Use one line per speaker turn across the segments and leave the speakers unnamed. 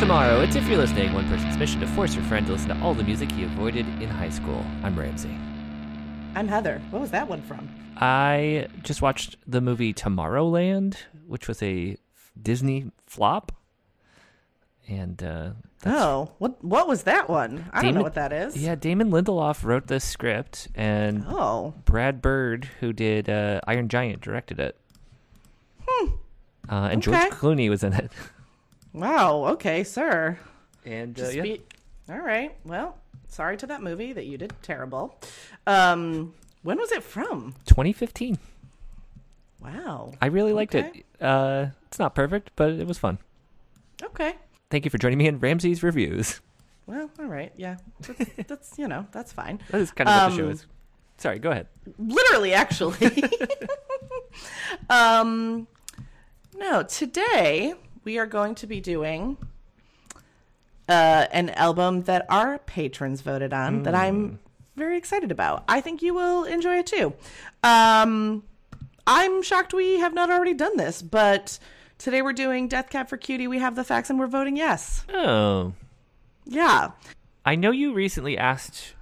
tomorrow, it's If You're Listening, one person's mission to force your friend to listen to all the music he avoided in high school. I'm Ramsey.
I'm Heather. What was that one from?
I just watched the movie Tomorrowland, which was a Disney flop. And uh, that's
oh, what what was that one? I don't
Damon-
know what that is.
Yeah, Damon Lindelof wrote the script, and
Oh,
Brad Bird, who did uh, Iron Giant, directed it. Hmm. Uh, and
Okay.
George Clooney was in it.
wow. Okay, sir.
And
Just be- All right. Well, sorry to that movie that you did terrible. Um, when was it from?
2015.
Wow.
I really liked
Okay.
it. Uh, it's not perfect, but it was fun.
Okay.
Thank you for joining me in Ramsey's reviews.
Well, all right. Yeah. That's, that's you know that's fine.
That is kind of what the show
Um,
is. Sorry, go ahead.
literally actually um no today we are going to be doing uh an album that our patrons voted on that i'm very excited about i think you will enjoy it too um i'm shocked we have not already done this but today we're doing death cab for cutie we have the facts and we're voting yes
Oh,
yeah
I know you recently asked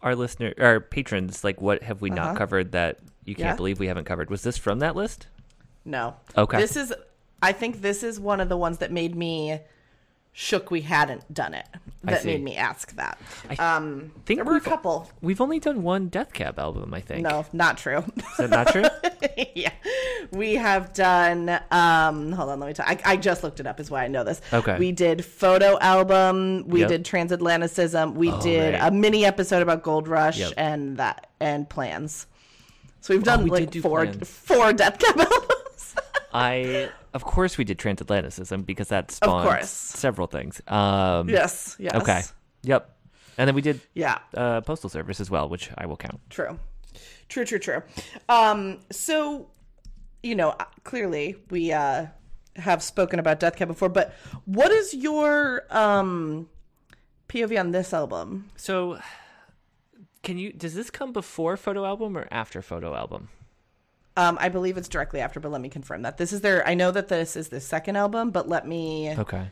our listener, our patrons, like, what have we not covered that you can't
Uh-huh. Yeah.
believe we haven't covered? Was this from that list?
No.
Okay.
This is I think this is one of the ones that made me shook we hadn't done it.
I
That
see.
made me ask that.
I
Um
think
there were a
we've-
couple.
We've only done one Death Cab album, I think.
No, not true.
Is that not true?
yeah. We have done um hold on, let me talk. I, I just looked it up is why I know this.
Okay.
We did photo album, we
Yep. Oh,
did transatlanticism, we did
right.
a mini episode about Gold Rush
Yep. Oh,
and that and plans. So we've done
we
like
did do
four
Plans.
four death cab albums.
I, of course, we did Transatlanticism because that spawned
course.
several things. Um,
yes, yes.
Okay. Yep. And then we did
Yeah.
uh, Postal Service as well, which I will count.
True. True, true, true. Um, so, you know, uh, clearly we uh, have spoken about Death Cab before, but what is your um, POV on this album?
So, can you? Does this come before photo album or after photo album?
Um, I believe it's directly after, but let me confirm that. This is their, I know that this is the second album, but let me
Okay,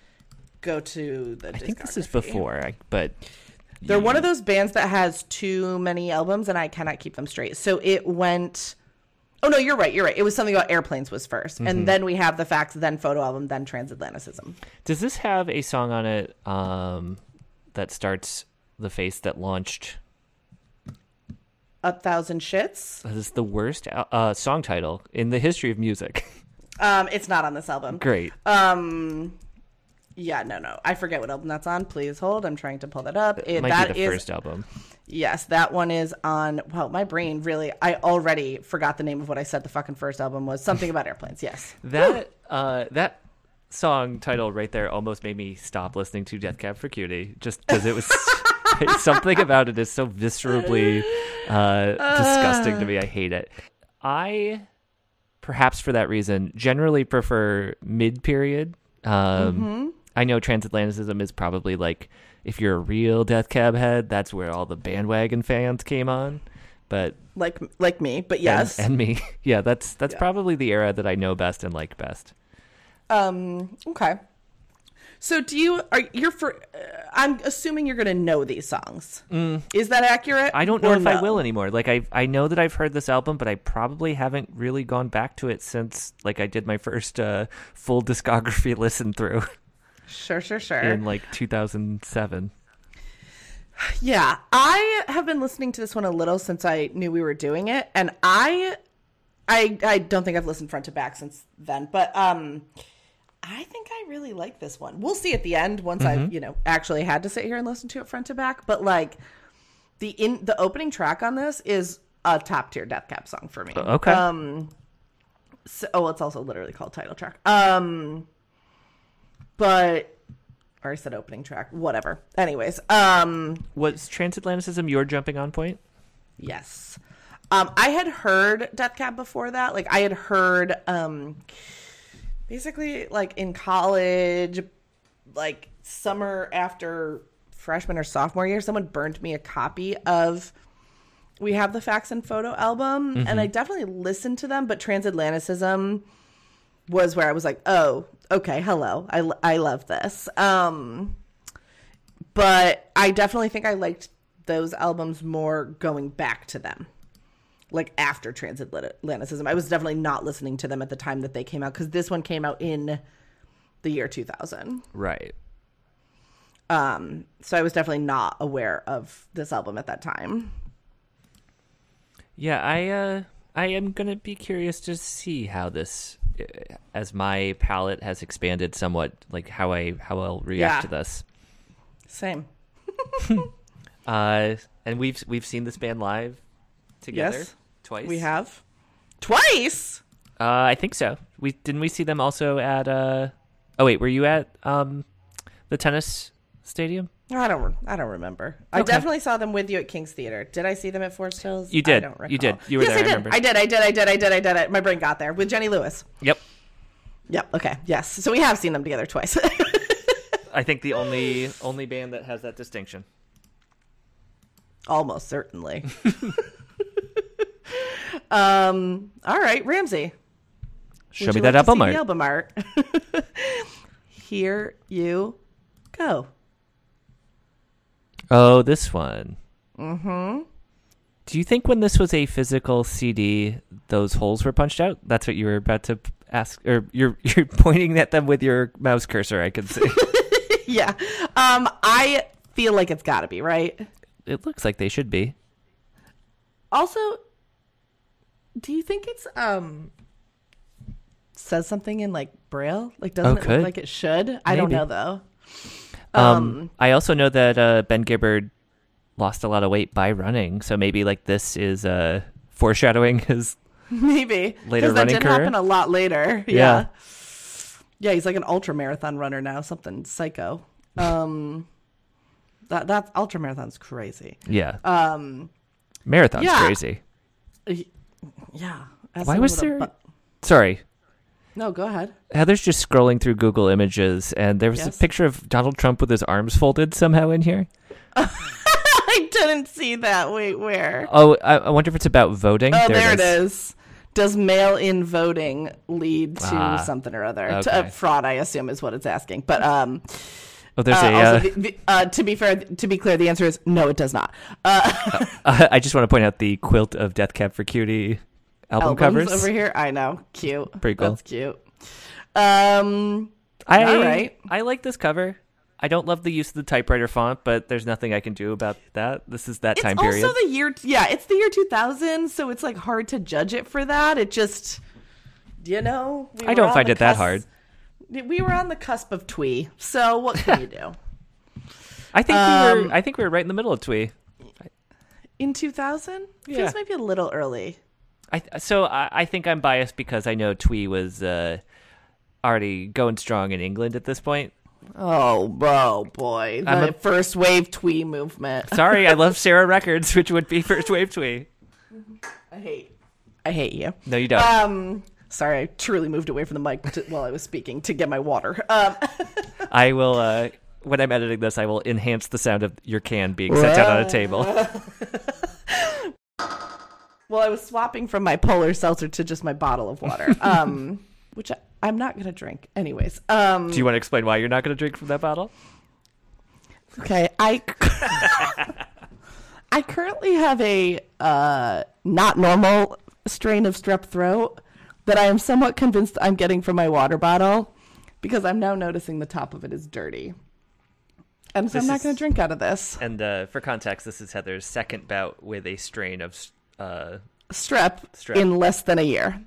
go to the.
Uh, I think this is before. I, but
They're one of those bands that has too many albums, and I cannot keep them straight. So it went. Oh no, you're right. You're right. It was something about airplanes was 1st
Mm-hmm.
and then we have the facts, then photo album, then transatlanticism.
does this have a song on it um, that starts the face that launched?
A thousand shits.
This is the worst uh, uh, song title in the history of music.
Um, it's not on this album.
Great.
Uh, Yeah, no, no. I forget what album that's on. Please hold. I'm trying to pull that up. It,
Might
that
be the
is
first album.
yes, that one is on. Well, my brain really. I already forgot the name of what I said. The fucking first album was something about airplanes. Yes.
That uh, that song title right there almost made me stop listening to Death Cab for Cutie just because it was something about it is so viscerally uh, disgusting to me. I hate it. I perhaps for that reason generally prefer mid period. Um, I know transatlanticism is probably like if you're a real Death Cab head, that's where all the bandwagon fans came on. But
Like like me, but
and-
yes.
and, me, yeah, that's that's probably the era that I know best and like best.
Um. Okay. So do you are you're for? Uh, I'm assuming you're going to know these songs. Is that accurate?
Mm. I don't know
or
if I
no?
will anymore. Like I I know that I've heard this album, but I probably haven't really gone back to it since like I did my first uh, full discography listen through
Sure, sure, sure.
in like 2007.
Yeah, I have been listening to this one a little since I knew we were doing it, and I, I, I don't think I've listened front to back since then. But um, I think I really like this one. We'll see at the end once
Mm-hmm.
I've you know actually had to sit here and listen to it front to back. But like the in the opening track on this is a top tier Death Cab song for me.
Okay.
Um, So, oh, it's also literally called title track. Um, but or I said opening track, whatever. Anyways, um.
Was transatlanticism your jumping on point?
Yes. Um, I had heard Death Cab before that. Like I had heard um basically like in college, like summer after freshman or sophomore year, someone burned me a copy of We Have the Facts and Photo album. And I definitely listened to them, but transatlanticism was where I was like, oh, okay, hello, I l- I love this. Um, but I definitely think I liked those albums more going back to them. Like after Transatlanticism, I was definitely not listening to them at the time that they came out because this one came out in the year 2000.
Right.
Um, so I was definitely not aware of this album at that time.
Yeah, I uh, I am gonna be curious to see how this, uh, as my palette has expanded somewhat, like how I how I'll react
Yeah.
to this.
Same.
Uh, and we've we've seen this band live together
Yes,
twice.
We have twice.
Uh, I think so. We didn't we see them also at uh. Oh wait, were you at um, the tennis stadium?
I don't. I don't remember. I
Okay.
definitely saw them with you at King's Theater. Did I see them at Forest Hills?
You did.
I don't recall.
You did. You were
yes,
there, I
I did.
remember.
I did. I did. I did. I did. I did. I- My brain got there with Jenny Lewis.
Yep.
Yep. Okay. Yes. So we have seen them together twice.
I think the only only band that has that distinction.
Almost certainly. um. All right, Ramsey.
Show
would
me
you
that
like to
album
see
art.
The album art. Here you go.
Oh, this one. Mm-hmm. Do you think when this was a physical CD, those holes were punched out? That's what you were about to p- ask, or you're you're pointing at them with your mouse cursor. I can see.
yeah. Um, I feel like it's got to be right.
it looks like they should be.
Also, do you think it's um says something in like braille? Like doesn't it
Oh, could.
look like it should? I don't
Maybe.
know though.
Um, I also know that uh, Ben Gibbard lost a lot of weight by running, so maybe like this is uh, foreshadowing his.
Maybe
Later
'Cause that
running
did
career?
happen a lot later. Yeah.
Yeah.
yeah. he's like an ultra marathon runner now, something psycho. Um that that ultra marathon's crazy.
Yeah,
Um
marathon's
yeah.
crazy.
yeah. As
Why
someone
was
with a
there-
bu-
Sorry,
No, go ahead.
Heather's just scrolling through Google Images, and there was
Yes.
a picture of Donald Trump with his arms folded somehow in here.
I didn't see that. Wait, where?
Oh, I, I wonder if it's about voting.
Oh, there, it is. Does mail in voting lead to
Ah,
something or other? To,
okay.
uh, fraud, I assume, is what it's asking. But um,
Oh, there's
uh,
a.
also
uh,
the, the, uh, to be fair, to be clear, the answer is no, it does not. Uh,
I just want to point out the quilt of Death Cab for Cutie album
albums
covers.
over here. I know, cute.
Pretty cool.
That's cute. Um,
I,
All right.
I like this cover. I don't love the use of the typewriter font, but there's nothing I can do about that. This is that
it's
time
also
period.
the year. Yeah, it's the year two thousand, so it's like hard to judge it for that. It just, you know, we
I
were
don't
on
find
the
it that
cusp-
hard.
We were on the cusp of twee, so what can you do?
I think we
Um,
were. I think we were right in the middle of Twee.
in 2000
Yeah.
feels maybe a little early
I, so I, I think I'm biased because I know Twee was uh, already going strong in England at this point.
oh bro boy
I'm
the
a-
first wave twee movement
Sorry, I love Sarah Records, which would be first wave Twee.
i hate i hate you
No, you don't.
um sorry i truly moved away from the mic to, while i was speaking to get my water um
I will. Uh, when I'm editing this, I will enhance the sound of your can being set down on a table.
well i was swapping from my polar seltzer to just my bottle of water um which I, i'm not gonna drink anyways um
Do you want to explain why you're not going to drink from that bottle?
Okay, I I currently have a uh, not normal strain of strep throat that I am somewhat convinced I'm getting from my water bottle because I'm now noticing the top of it is dirty, and so
This
I'm not
is-
going to drink out of this
And uh, for context, this is Heather's second bout with a strain of. Uh,
strep,
Strep.
in less than a year.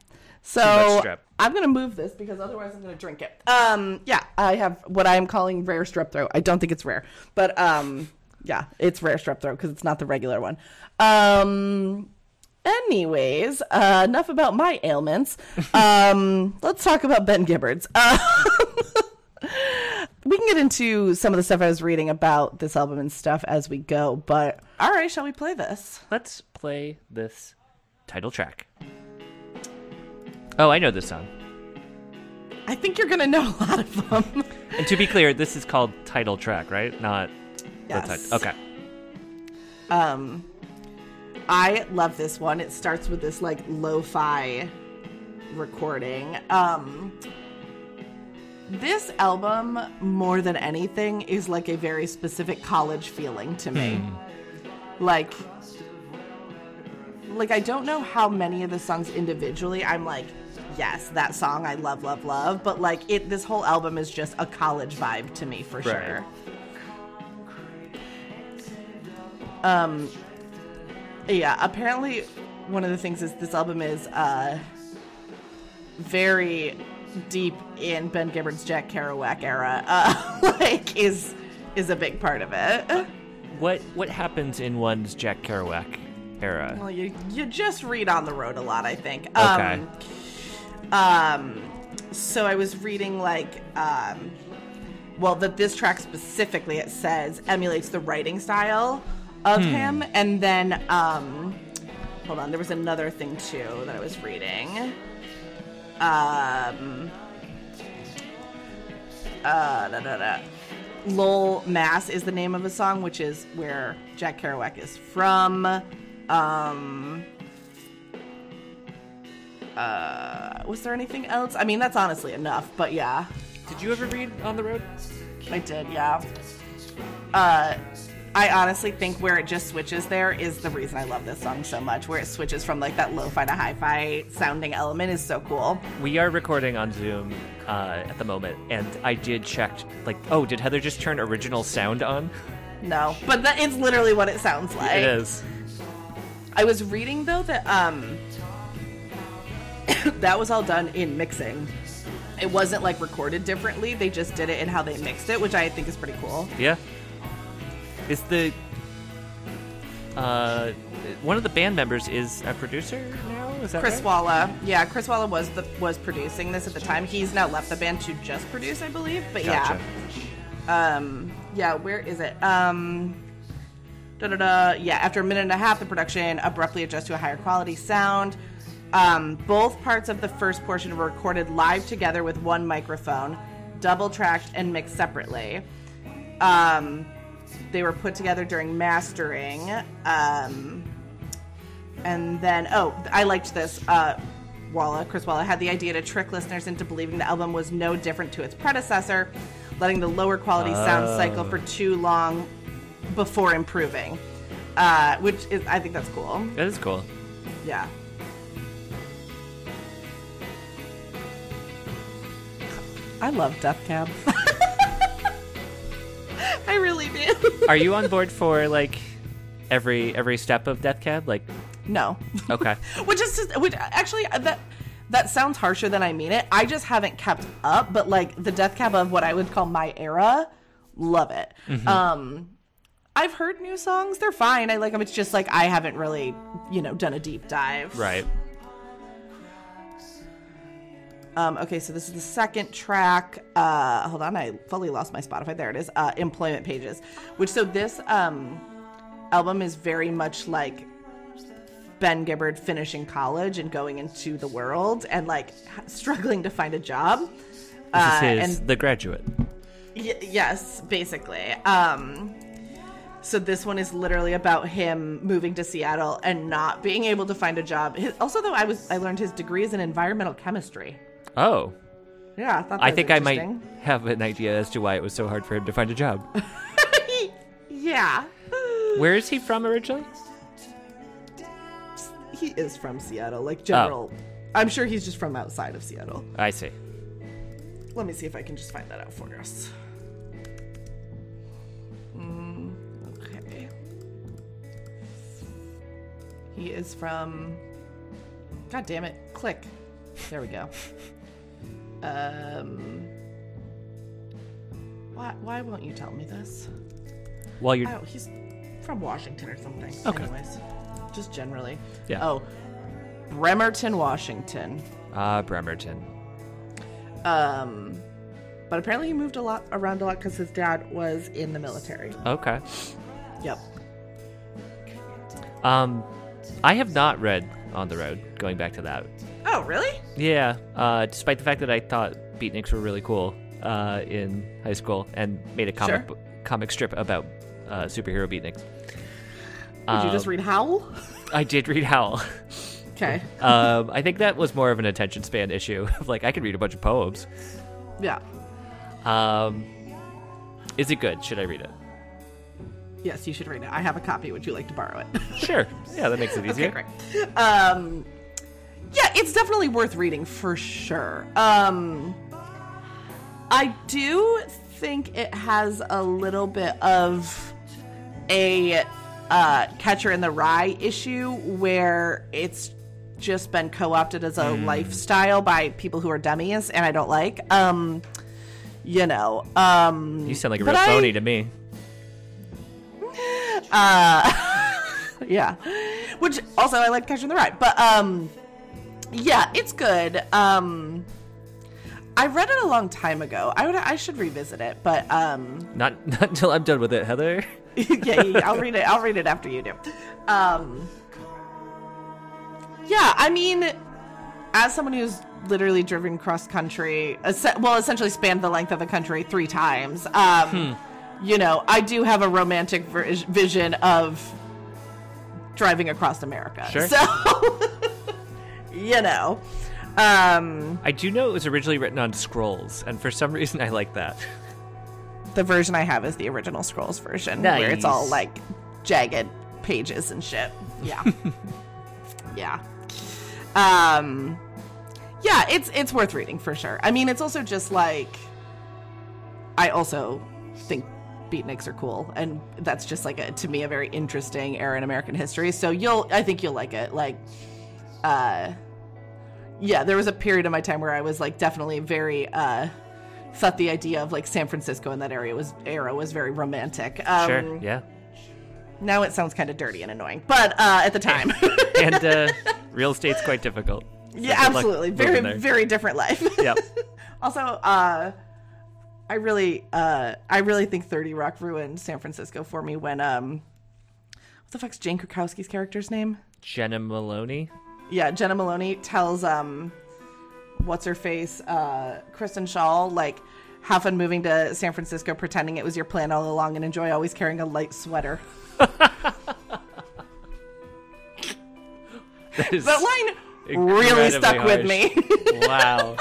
So
much strep.
I'm going to move this because otherwise I'm going to drink it. Um, yeah, I have what I'm calling rare strep throat. I don't think it's rare, but um, yeah, it's rare strep throat because it's not the regular one. Um, anyways, uh, enough about my ailments. Um, let's talk about Ben Gibbards. Uh, we can get into some of the stuff I was reading about this album and stuff as we go, but all right, shall we play this?
let's play this title track. Oh, I know this song.
I think you're gonna know a lot of them.
And to be clear, this is called title track, right? Not the
Yes.
title. Okay.
Um, I love this one. It starts with this like lo-fi recording. Um, this album, more than anything, is like a very specific college feeling to me. Like, like I don't know how many of the songs individually I'm like, yes, that song I love, love, love. But like it, this whole album is just a college vibe to me for
Right.
sure. Um, Yeah, apparently one of the things is this album is uh very deep in Ben Gibbard's Jack Kerouac era. Uh like is is a big part of it.
What what happens in one's Jack Kerouac era?
Well, you you just read on the road a lot, I think.
Okay.
Um, um so I was reading like um well that this track specifically it says emulates the writing style of him and then um hold on, there was another thing too that I was reading. Um uh, da, da, da. Lowell Mass is the name of a song, which is where Jack Kerouac is from. Um, uh, was there anything else? I mean, that's honestly enough, but yeah,
Did you ever read On the Road?
I did, yeah. Uh, I honestly think where it just switches there is the reason I love this song so much. Where it switches from like that lo-fi to hi-fi sounding element is so cool.
We are recording on Zoom uh, at the moment, and I did check. Like, oh, did Heather just turn original sound on?
No, but that it's literally what it sounds like.
It is.
I was reading though that um that was all done in mixing. It wasn't like recorded differently. They just did it in how they mixed it, which I think is pretty cool.
Yeah. Is the uh one of the band members is a producer now? Is that
Chris
right?
Walla, yeah, Chris Walla was the was producing this at the time. He's now left the band to just produce, I believe. But
Gotcha.
yeah, um, yeah, where is it? Um, da da da. Yeah, after a minute and a half, the production abruptly adjusts to a higher quality sound. Um, both parts of the first portion were recorded live together with one microphone, double tracked and mixed separately. Um, they were put together during mastering. Um, and then, oh, I liked this. Uh, Walla, Chris Walla, had the idea to trick listeners into believing the album was no different to its predecessor, letting the lower quality sound cycle for too long before improving. Uh, which is, I think that's cool.
That is cool.
Yeah. I love Death Cab. I really do.
Are you on board for like every every step of Death Cab? Like
No.
okay.
which is just, which actually uh, that that sounds harsher than I mean it. I just haven't kept up, but like the death cab of what I would call my era, love it. Um I've heard new songs, they're fine. I like them. It's just like I haven't really, you know, done a deep dive.
Right.
Um, okay, so this is the second track. Uh, hold on, I fully lost my Spotify. There it is. Uh, Employment Pages, which so this um, album is very much like Ben Gibbard finishing college and going into the world and like h- struggling to find a job.
This
Uh,
is his
and
The Graduate.
y- yes, basically. Um, so this one is literally about him moving to Seattle and not being able to find a job. His, also, though, I was I learned his degree is in environmental chemistry.
Oh.
Yeah, I thought that
I
was
think I might
interesting.
have an idea as to why it was so hard for him to find a job.
Yeah.
Where is he from originally?
He is from Seattle, like general. I'm sure he's just from outside of Seattle.
I see.
Let me see if I can just find that out for us. Mm, okay. He is from. God damn it. Click. There we go. Um. Why, why won't you tell me this?
While you're
Oh, he's from Washington or something.
Okay.
Anyways, just generally.
Yeah.
Oh, Bremerton, Washington.
Ah, Bremerton.
Um, but apparently he moved a lot around a lot because his dad was in the military.
Okay.
Yep.
Um I have not read On the Road, going back to that.
Oh, really?
Yeah, uh, despite the fact that I thought beatniks were really cool uh, in high school and made a comic
Sure.
bo- comic strip about uh, superhero beatniks. Uh,
Did you just read Howl?
I did read Howl.
Okay.
Um, I think that was more of an attention span issue. of like, I can read a bunch of poems.
Yeah.
Um, is it good? Should I read it?
Yes, you should read it. I have a copy. Would you like to borrow it?
Sure. Yeah, that makes it easier.
okay, great. Um, yeah, it's definitely worth reading for sure. Um, I do think it has a little bit of a uh, catcher in the rye issue where it's just been co-opted as a lifestyle by people who are dummies and I don't like. Um, you know, um,
You sound like a
But
real
I-
phony to me.
yeah which also i like catching the rye but um yeah it's good um i read it a long time ago i would i should revisit it but um
Not not until I'm done with it, Heather.
yeah, yeah, yeah i'll read it i'll read it after you do um yeah i mean as someone who's literally driven cross country es- well essentially spanned the length of the country three times um you know i do have a romantic ver- vision of driving across america
Sure.
so you know um
I do know it was originally written on scrolls, and for some reason I like that.
the version i have is the original scrolls version where it's all
Nice.
like jagged pages and shit yeah yeah um yeah it's it's worth reading for sure i mean it's also just like i also think beatniks are cool and that's just like a to me a very interesting era in american history so you'll i think you'll like it like uh yeah there was a period of my time where i was like definitely very uh thought the idea of like san francisco in that area was era was very romantic um
Sure. Yeah.
now it sounds kind of dirty and annoying but uh at the time
And uh, real estate's quite difficult. So
yeah
good luck
absolutely
moving
very
there.
very different life
Yep.
Also, uh, I really, uh, I really think Thirty Rock ruined San Francisco for me when um, what the fuck's Jane Krakowski's character's name?
Jenna Maloney.
Yeah, Jenna Maloney tells um, what's her face, uh, Kristen Shaw, like have fun moving to San Francisco, pretending it was your plan all along, and enjoy always carrying a light sweater.
That is
That line really stuck with me.
wow.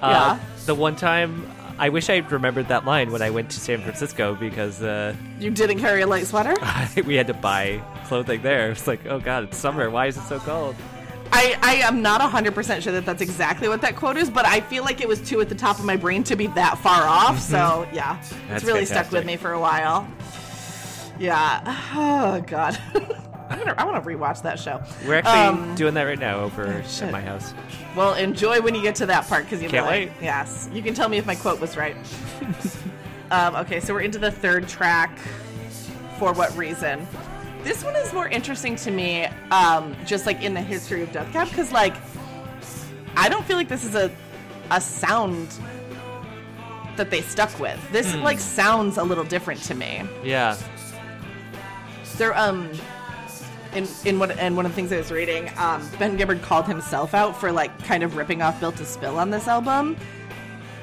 Yeah.
Uh, the one time I wish I remembered that line when I went to San Francisco because uh,
you didn't carry a light sweater.
we had to buy clothing there. It's like, oh god, it's summer. Why is it so cold?
I, I am not 100% sure that that's exactly what that quote is, but I feel like it was two at the top of my brain to be that far off. So, yeah,
Mm-hmm. That's
it's really
fantastic.
stuck with me for a while. Yeah. Oh, God. I'm gonna, I want to rewatch that show.
We're actually
Um, oh,
doing that right now over
shit.
at my house.
well, enjoy when you get to that part because you
Can't wait.
Yes. You can tell me if my quote was right. um, okay, so we're into the third track. For what reason? This one is more interesting to me, um, just like in the history of Death Cab, because like I don't feel like this is a a sound that they stuck with. This
Hmm.
like sounds a little different to me
Yeah.
there um in in one and one of the things I was reading, um, Ben Gibbard called himself out for like kind of ripping off Built to Spill on this album.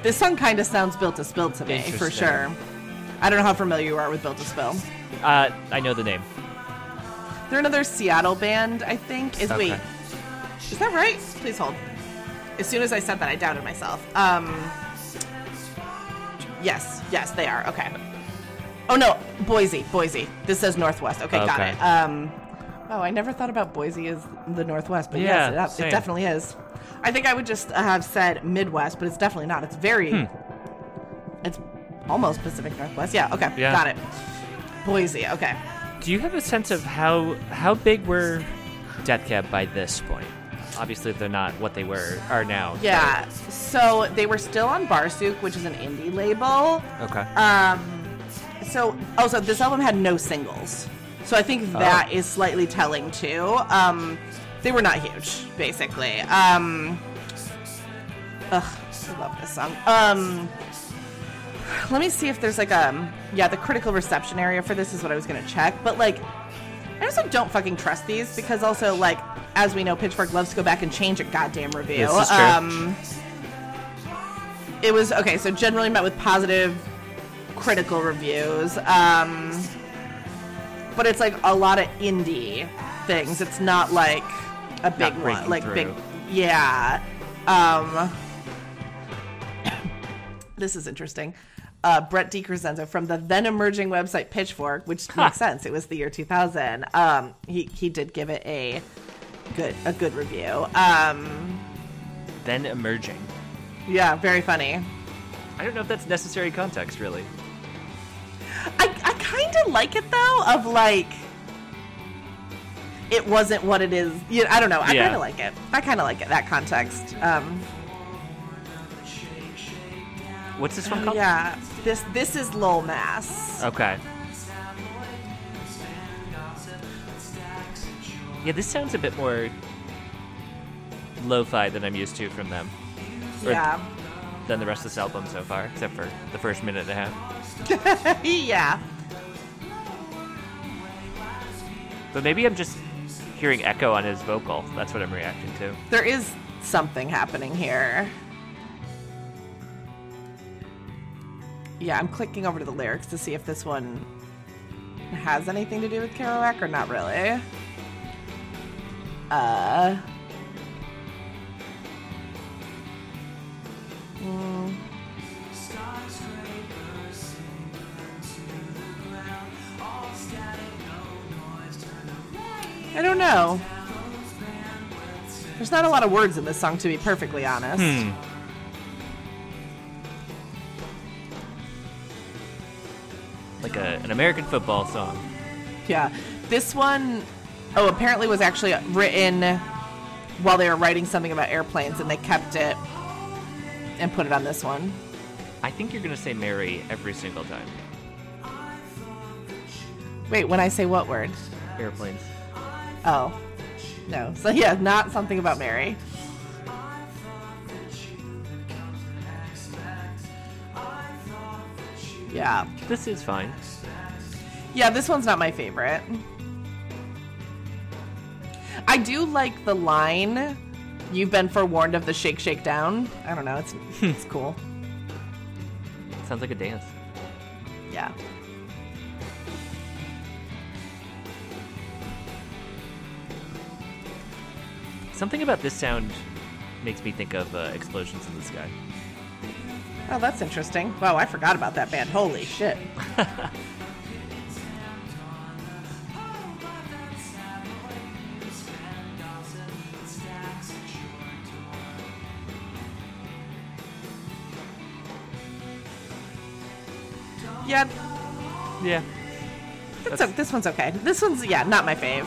This song kind of sounds Built to Spill to me for
Interesting.
sure. I don't know how familiar you are with Built to Spill.
Uh, I know the name.
They're another Seattle band, I think. Is
Okay.
wait, is that right? Please hold. As soon as I said that, I doubted myself. Um, yes, yes, they are. Okay. Oh no, Boise, Boise. This says Northwest. Okay, got
Okay.
it. Um, oh, I never thought about Boise as the Northwest, but
Yeah,
yes, it,
same.
it definitely is. I think I would just have said Midwest, but it's definitely not. It's very,
Hmm.
it's almost Pacific Northwest. Yeah. Okay.
Yeah.
Got it. Boise. Okay.
Do you have a sense of how how big were Death Cab by this point? Obviously, they're not what they were are now.
Yeah. So they were still on Barsook, which is an indie label.
Okay.
Um, so also this album had no singles, so I think that
Oh.
is slightly telling too. Um, they were not huge, basically. Um, ugh, I love this song. Um, let me see if there's like um yeah the critical reception area for this is what I was gonna check, but like I also don't fucking trust these because also like as we know Pitchfork loves to go back and change a goddamn review.
This is true.
Um, it was okay. So generally met with positive critical reviews. Um, but it's like a lot of indie things. It's not like a big one,
breaking
like
through.
big, yeah. Um, this is interesting. Uh, Brett DiCrescenzo from the then emerging website Pitchfork, which makes sense. It was the year 2000. Um, he he did give it a good a good review. Um,
Then emerging.
yeah, very funny.
I don't know if that's necessary context, really.
I, I kind of like it though, of like, it wasn't what it is. You I don't know. I
Yeah.
kind of like it. I kind of like it, that context. Um,
What's this one called?
Oh, yeah. This this is lol mass.
Okay. Yeah, this sounds a bit more lo-fi than I'm used to from them, or-
Yeah.
than the rest of this album so far, except for the first minute and a half.
yeah.
But maybe I'm just hearing echo on his vocal. That's what I'm reacting to.
There is something happening here. Yeah, I'm clicking over to the lyrics to see if this one has anything to do with Kerouac or not really. Uh mm. I don't know. There's not a lot of words in this song, to be perfectly honest.
Like a, an American football song.
Yeah. This one, oh, apparently was actually written while they were writing something about airplanes, and they kept it and put it on this one.
I think you're gonna say Mary every single time.
Wait, when I say what word?
Airplanes.
Oh, no. So, yeah, not something about Mary. Yeah.
This is fine.
Yeah, this one's not my favorite. I do like the line, "You've been forewarned of the shake, shake down." I don't know, it's it's cool.
Sounds like a dance.
Yeah.
Something about this sound makes me think of uh, explosions in the sky.
Oh, that's interesting. Wow, I forgot about that band. Holy shit. Yeah,
Yeah.
that's
That's-
o- this one's okay. This one's yeah, not my fave.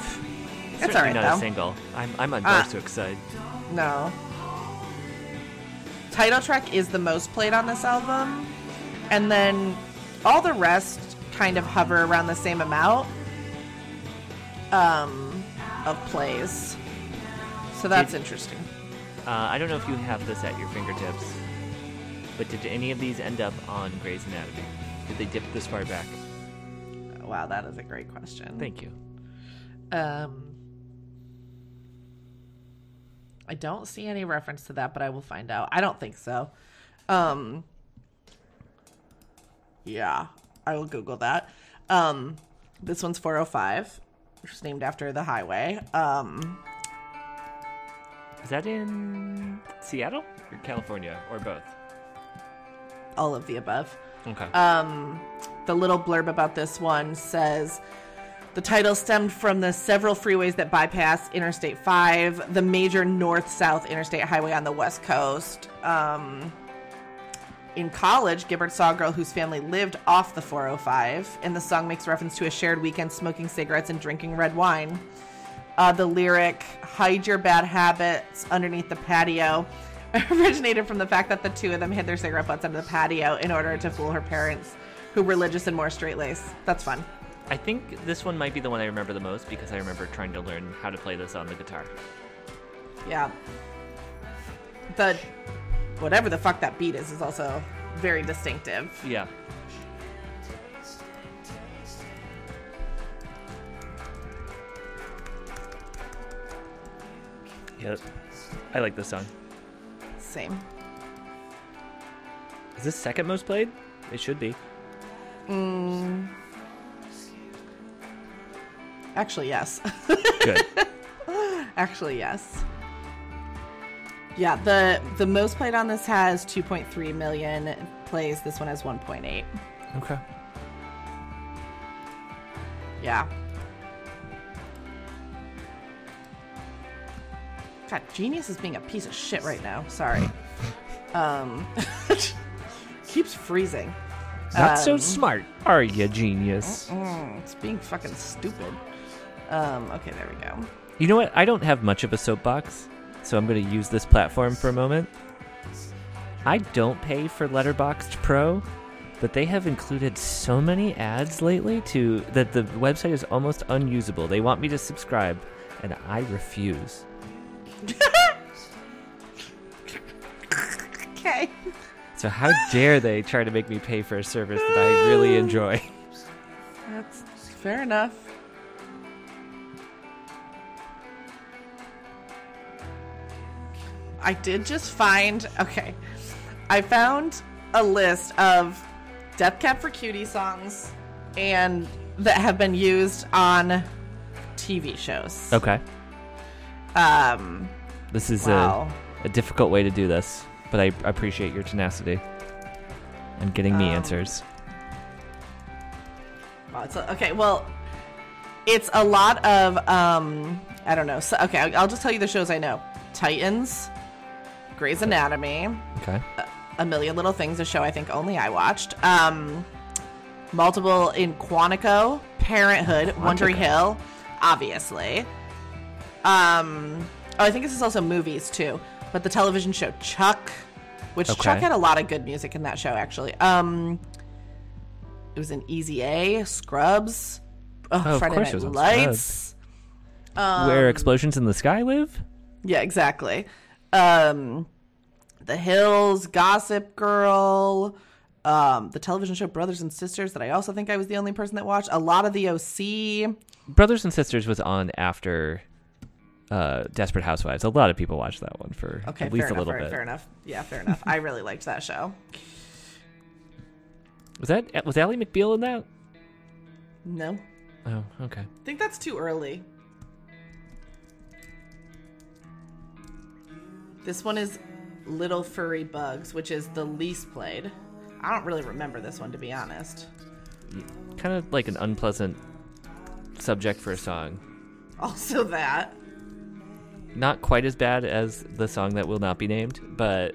It's all
Certainly
right
not a
though.
single. I'm I'm on
Ah.
Barsook side.
No. Title track is the most played on this album, and then all the rest kind of hover around the same amount um, of plays. So that's
Did-
interesting.
Uh, I don't know if you have this at your fingertips, but did any of these end up on Grey's Anatomy? Did they dip this far back?
Wow, that is a great question.
Thank you.
Um, I don't see any reference to that, but I will find out. I don't think so. Um, yeah, I will Google that. Um, this one's 405, which is named after the highway. Um,
Is that in Seattle or California or both?
all of the above.
Okay.
Um, the little blurb about this one says the title stemmed from the several freeways that bypass Interstate 5, the major north south interstate highway on the West Coast. Um, in college, Gibbard saw a girl whose family lived off the 405, and the song makes reference to a shared weekend smoking cigarettes and drinking red wine. Uh, the lyric, hide your bad habits underneath the patio, originated from the fact that the two of them hid their cigarette butts under the patio in order to fool her parents, who were religious and more straight laced. That's fun.
I think this one might be the one I remember the most because I remember trying to learn how to play this on the guitar.
Yeah. The whatever the fuck that beat is is also very distinctive.
Yeah. Yeah, I like this song.
Same.
Is this second most played? It should be.
Actually, yes.
Good.
Actually, yes. Yeah, the the most played on this has 2.3 million plays. This one has 1.8.
Okay.
Yeah. God, Genius is being a piece of shit right now. Sorry. um, keeps freezing.
Not so smart, are you, genius?
Mm, it's being fucking stupid. Um, okay, there we go.
You know what? I don't have much of a soapbox, so I'm going to use this platform for a moment. I don't pay for Letterboxd Pro, but they have included so many ads lately to that the website is almost unusable. They want me to subscribe, and I refuse.
Okay.
So how dare they try to make me pay for a service that I really enjoy?
That's fair enough. I did just find okay. I found a list of Death Cab for Cutie songs and that have been used on TV shows.
Okay.
Um
This is
wow.
a, a difficult way to do this, but I appreciate your tenacity and getting me
Um,
answers.
Wow, it's a- okay, well, it's a lot of um, I don't know. So, okay, I'll, I'll just tell you the shows I know: Titans, Grey's Anatomy,
Okay.
A Million Little Things, a show I think only I watched. Um, multiple in Quantico, Parenthood, Wondery
Quantico.
Hill, obviously. Um, oh, I think this is also movies too, but the television show Chuck, which
Okay.
Chuck had a lot of good music in that show actually. Um, it was in Easy A, Scrubs, oh,
of
Friday
course
Night
it was on
Lights. um,
Where explosions in the sky live?
Yeah, exactly. Um, the Hills, Gossip Girl, um, the television show Brothers and Sisters that I also think I was the only person that watched. A lot of the OC.
Brothers and Sisters was on after uh, Desperate Housewives. A lot of people watched that one for
Okay,
at least
fair
a
enough.
little
all right,
bit.
Fair enough. Yeah, fair enough. I really liked that show.
Was that eh, was Ally McBeal in that?
No, I
Oh, okay.
think that's too early. This one is Little Furry Bugs, which is the least played. I don't really remember this one to be honest.
Kind of like an unpleasant subject for a song.
Also that.
Not quite as bad as the song that will not be named, but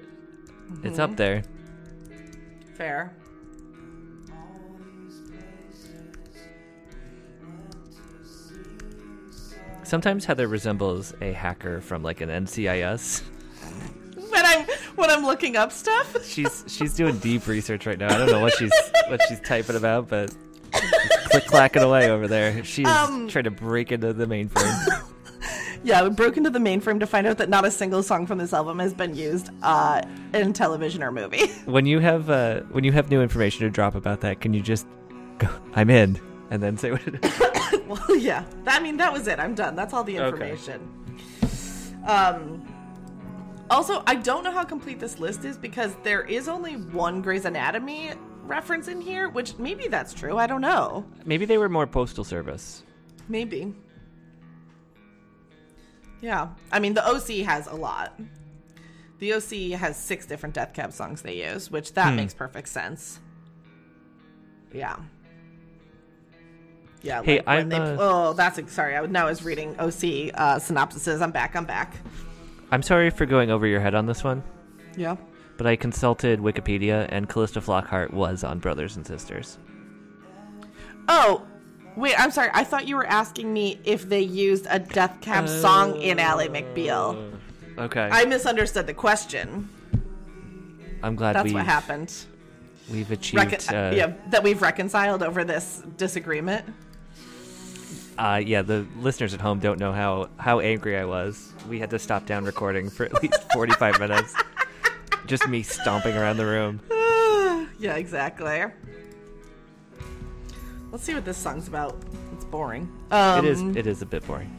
it's
Mm-hmm.
up there.
Fair.
Sometimes Heather resembles a hacker from like an NCIS.
when I'm when I'm looking up stuff.
She's she's doing deep research right now. I don't know what she's what she's typing about, but click clacking away over there. She's
Um,
trying to break into the mainframe.
Yeah, we broke into the mainframe to find out that not a single song from this album has been used uh, in television or movie.
when you have uh, when you have new information to drop about that, can you just go? I'm in, and then say what it is.
well, yeah, I mean that was it. I'm done. That's all the
Okay.
information. Um. Also, I don't know how complete this list is because there is only one Grey's Anatomy reference in here, which maybe that's true. I don't know.
Maybe they were more postal service.
Maybe. Yeah. I mean, the OC has a lot. The OC has six different Death Cab songs they use, which
Hmm.
that makes perfect sense. Yeah. Yeah.
Hey,
like when
I'm,
they-
uh,
oh, that's sorry. I was now I was reading OC uh, synopsises. I'm back. I'm back.
I'm sorry for going over your head on this one,
Yeah.
but I consulted Wikipedia, and Callista Flockhart was on Brothers and Sisters.
Oh, wait. I'm sorry. I thought you were asking me if they used a Death Cab song in Ally McBeal.
Okay,
I misunderstood the question.
I'm glad
That's
we
what happened.
we've achieved.
Recon-
uh,
yeah, that we've reconciled over this disagreement.
Uh, yeah, the listeners at home don't know how, how angry I was. We had to stop down recording for at least 45 minutes. Just me stomping around the room.
yeah, exactly. Let's see what this song's about. It's boring. Um,
it is it is a bit boring.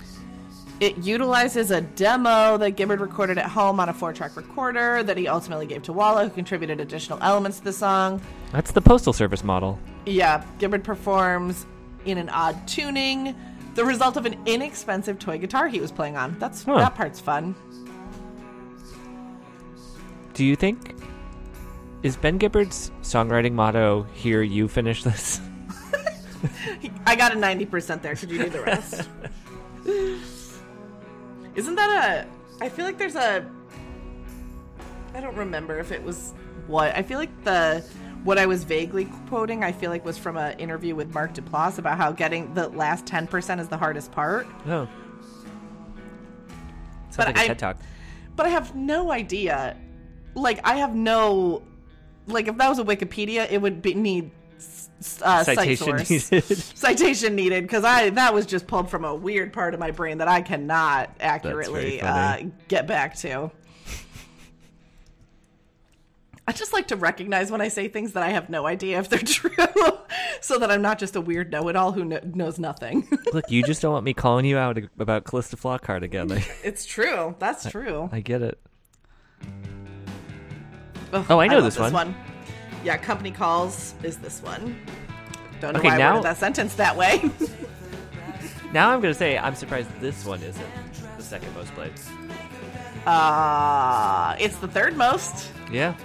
It utilizes a demo that Gibbard recorded at home on a four-track recorder that he ultimately gave to Walla, who contributed additional elements to the song.
That's the postal service model.
Yeah, Gibbard performs in an odd tuning the result of an inexpensive toy guitar he was playing on. That's
Huh.
that part's fun.
Do you think is Ben Gibbard's songwriting motto "Here you finish this"?
I got a ninety percent there. Could you do the rest? Isn't that a? I feel like there's a. I don't remember if it was what. I feel like the what I was vaguely quoting. I feel like was from an interview with Mark Duplass about how getting the last ten percent is the hardest part.
Oh. Sounds
But
like a
I-
TED talk.
But I have no idea. Like I have no. Like if that was a Wikipedia, it would be need s- s- uh,
Citation
cite source.
needed.
citation needed because I that was just pulled from a weird part of my brain that I cannot accurately uh,
funny.
get back to. I just like to recognize when I say things that I have no idea if they're true, so that I'm not just a weird know-it-all who kn- knows nothing.
Look, you just don't want me calling you out about Callista Flockhart again. I,
it's true. That's true.
I get it.
Ugh,
Oh, I know
love
this one.
Yeah, company calls is this one. Don't know
Okay,
why I
now-
worded that sentence that way.
Now I'm gonna say I'm surprised this one isn't the second most played.
uh, it's the third most.
Yeah,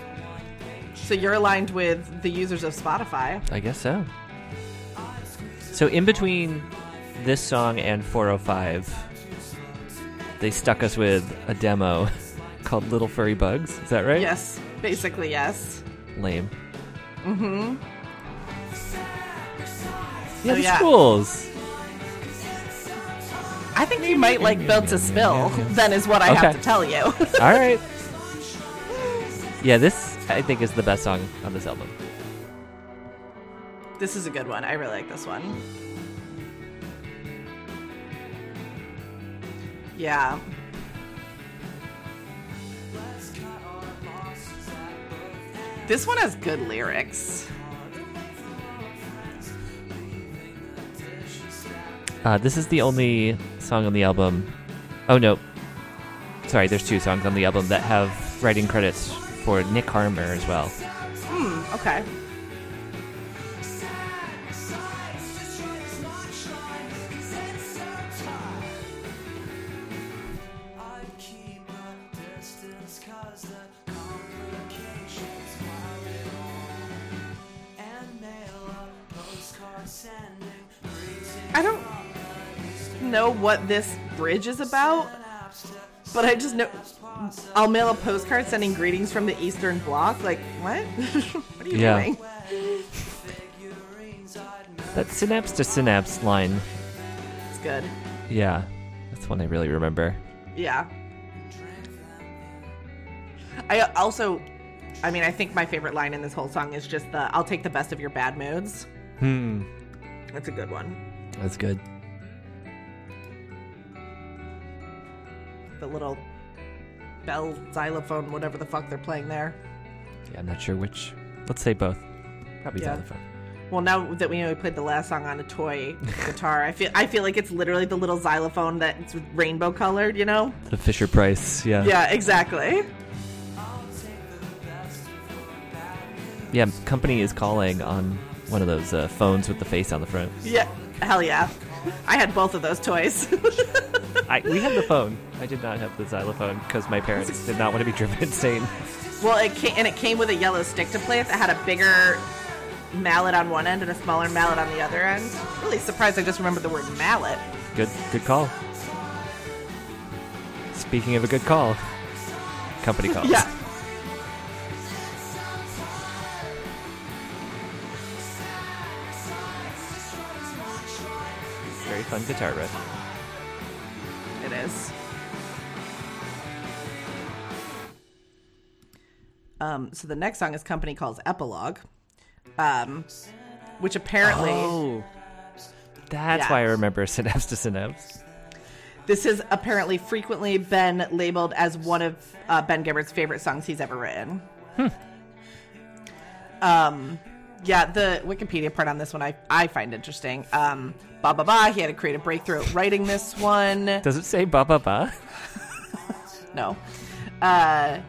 So you're aligned with the users of Spotify.
I guess so. So in between this song and 405, they stuck us with a demo called "Little Furry Bugs." Is that right?
Yes, basically yes.
Lame. Mm-hmm. Yeah,
So,
the
yeah.
schools.
I think you might like Built to Spill. Then is what I have
Okay.
to tell you.
All right. Yeah, this I think is the best song on this album.
this is a good one. I really like this one. Yeah. This one has good lyrics.
Uh, this is the only song on the album. Oh no, sorry. There's two songs on the album that have writing credits for Nick Harmer as well.
Okay. I don't know what this bridge is about, but I just know I'll mail a postcard sending greetings from the Eastern Bloc. Like, what? what are you
Yeah.
doing?
That synapse to synapse line.
It's good.
Yeah, that's one I really remember.
Yeah. I also, I mean, I think my favorite line in this whole song is just the I'll take the best of your bad moods.
Hmm,
That's a good one.
that's good.
The little bell, xylophone, whatever the fuck they're playing there.
Yeah, I'm not sure which. Let's say both. Probably
Yeah.
xylophone.
Well, now that we know we played the last song on a toy guitar, I feel I feel like it's literally the little xylophone that's rainbow colored, you know?
The Fisher Price. Yeah.
Yeah, exactly.
Yeah, company is calling on one of those uh, phones with the face on the front.
Yeah, hell yeah. I had both of those toys.
I, we had the phone. I did not have the xylophone because my parents did not want to be driven insane.
Well, it came, and it came with a yellow stick to play it that had a bigger mallet on one end and a smaller mallet on the other end. Really surprised I just remembered the word mallet.
Good, good call. Speaking of a good call, company calls.
Yeah.
Very fun guitar riff.
It is. Um, so the next song is company calls Epilogue, um, which apparently
Oh. that's
Yeah.
why I remember synapse to synapse.
this has apparently frequently been labeled as one of uh, Ben Gibbard's favorite songs he's ever written. Um, yeah, the Wikipedia part on this one I, I find interesting. Um, ba ba ba, he had a creative breakthrough at writing this one.
Does it say ba ba ba?
No. Uh,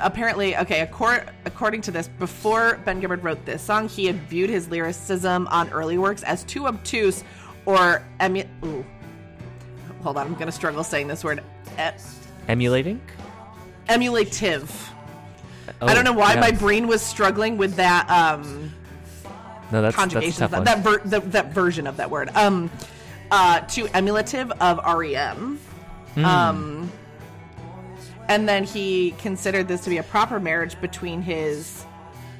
apparently, okay, accor- according to this, before Ben Gibbard wrote this song, he had viewed his lyricism on early works as too obtuse or emu. Ooh. Hold on, I'm gonna struggle saying this word. E-
Emulating?
emulative. I
Oh,
don't know why
yeah.
my brain was struggling with that um,
no, that's, that's a
conjugation,
tough
of
one.
that that, ver- that that version of that word. Um, uh, to emulative of REM.
Hmm.
Um, and then he considered this to be a proper marriage between his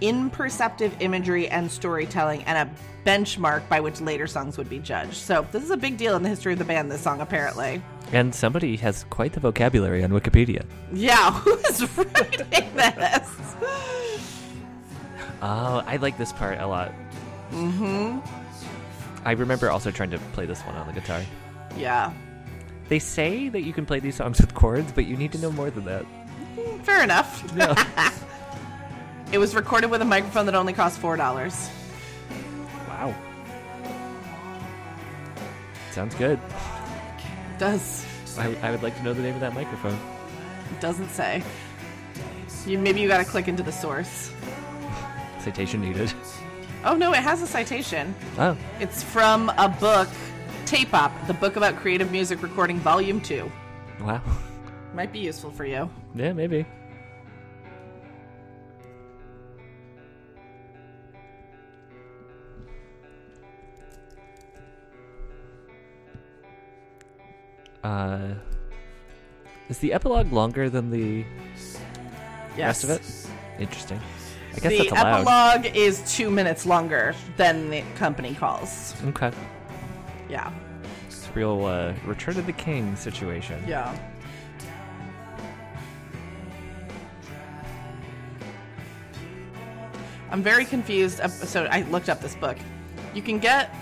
imperceptive imagery and storytelling and a benchmark by which later songs would be judged. So this is a big deal in the history of the band. This song apparently.
And somebody has quite the vocabulary on Wikipedia.
Yeah, who is writing this?
Oh, I like this part a lot. Mm-hmm. I remember also trying to play this one on the guitar.
Yeah.
They say that you can play these songs with chords, but you need to know more than that.
Fair enough. it was recorded with a microphone that only cost four dollars.
Wow. Sounds good.
Does
I, I would like to know the name of that microphone.
doesn't say. You maybe you gotta click into the source.
Citation needed.
Oh no, it has a citation.
Oh,
It's from a book, Tape Op, the book about creative music recording, volume two.
wow.
Might be useful for you.
Yeah, maybe. Uh, is the epilogue longer than the rest
Yes.
of it? Interesting. I guess
The
that's allowed.
epilogue is two minutes longer than the company calls.
Okay.
Yeah.
It's a real uh, Return of the King situation.
Yeah. I'm very confused. Uh, So I looked up this book. You can get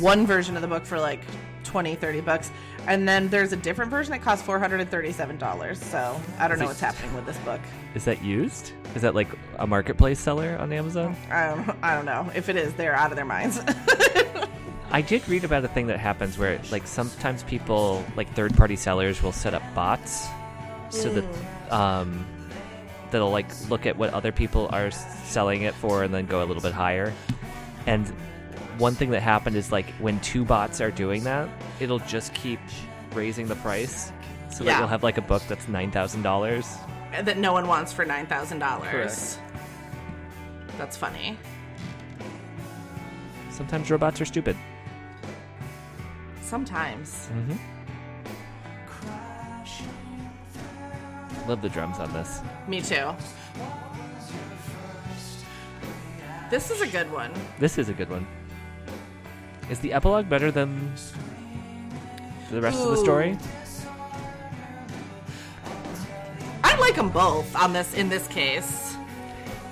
one version of the book for like 20, 30 bucks. And then there's a different version that costs $437. So I don't know what's happening with this book.
Is that used? Is that like a marketplace seller on Amazon?
I don't, Um, I don't know. If it is, they're out of their minds.
I did read about a thing that happens where, like, sometimes people, like third-party sellers, will set up bots so that um, that'll like look at what other people are s- selling it for and then go a little bit higher. And one thing that happened is like when two bots are doing that, it'll just keep raising the price so that
Yeah.
you'll have like a book that's nine thousand dollars.
that no one wants for $9,000.
Correct.
That's funny.
Sometimes robots are stupid.
Sometimes.
Love the drums on this.
Me too. This is a good one.
This is a good one. Is the epilogue better than the rest of the
Ooh.
story?
I like them both on this in this case.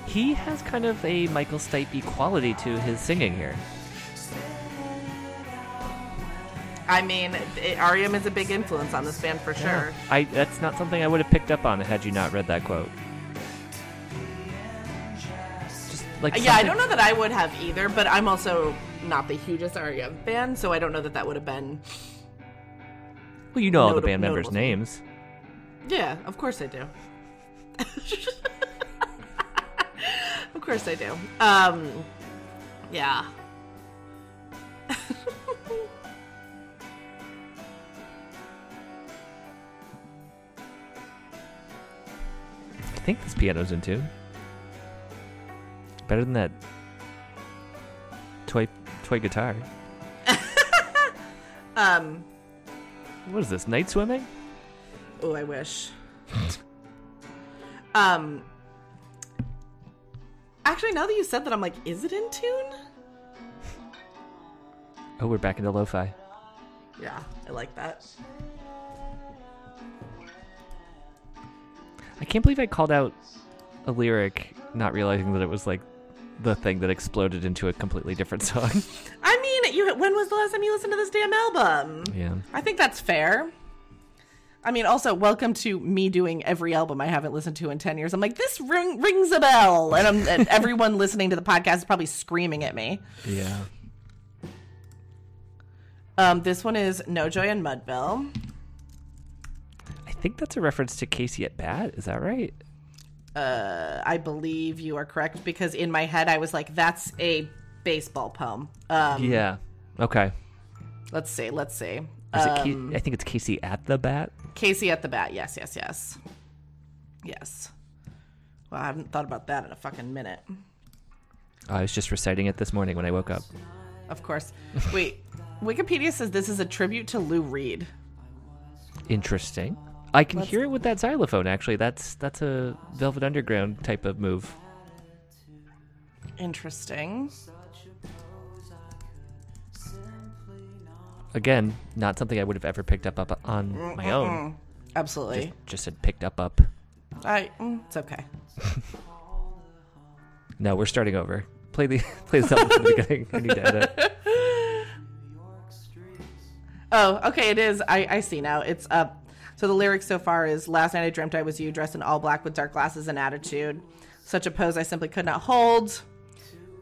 He has kind of a Michael Stipe quality to his singing here.
I mean, it, REM is a big influence on this band for sure.
I that's not something I would have picked up on had you not read that quote. Just like
Yeah, I
something-
don't know that I would have either, but I'm also not the hugest REM fan, so I don't know that that would have been.
Well, you know all the
nota-
band members'
notable.
names.
Yeah, of course I do. of course I do. Um, yeah.
I think this piano's in tune. Better than that toy toy guitar.
Um.
What is this? Night swimming?
Oh, I wish. um. Actually, now that you said that, I'm like, is it in tune?
Oh, we're back into lo-fi.
Yeah, I like that.
I can't believe I called out a lyric, not realizing that it was like the thing that exploded into a completely different song.
I mean, you. When was the last time you listened to this damn album?
yeah.
I think that's fair. I mean, also, welcome to me doing every album I haven't listened to in ten years. I'm like, this ring, rings a bell, and, I'm, and everyone listening to the podcast is probably screaming at me.
Yeah.
Um, this one is No Joy in Mudville.
I think that's a reference to Casey at Bat. Is that right?
I believe you are correct because in my head I was like, that's a baseball poem. Um,
Yeah. Okay.
Let's see. Let's see.
Or is it Ca-
Um,
I think it's Casey at the bat.
Casey at the bat. Yes, yes, yes. Yes. Well, I haven't thought about that in a fucking minute.
I was just reciting it this morning when I woke up.
Of course. Wait. Wikipedia says this is a tribute to Lou Reed.
Interesting. I can hear it with that xylophone. Actually, that's that's a Velvet Underground type of move.
Interesting.
Again, not something I would have ever picked up up on my own.
Absolutely.
Just had picked up up.
I. mm, It's okay.
No, we're starting over. Play the play the song from the beginning. I need to edit.
Oh, okay. It is. I. I see now. It's up. So the lyrics so far is: Last night I dreamt I was you, dressed in all black with dark glasses and attitude, such a pose I simply could not hold.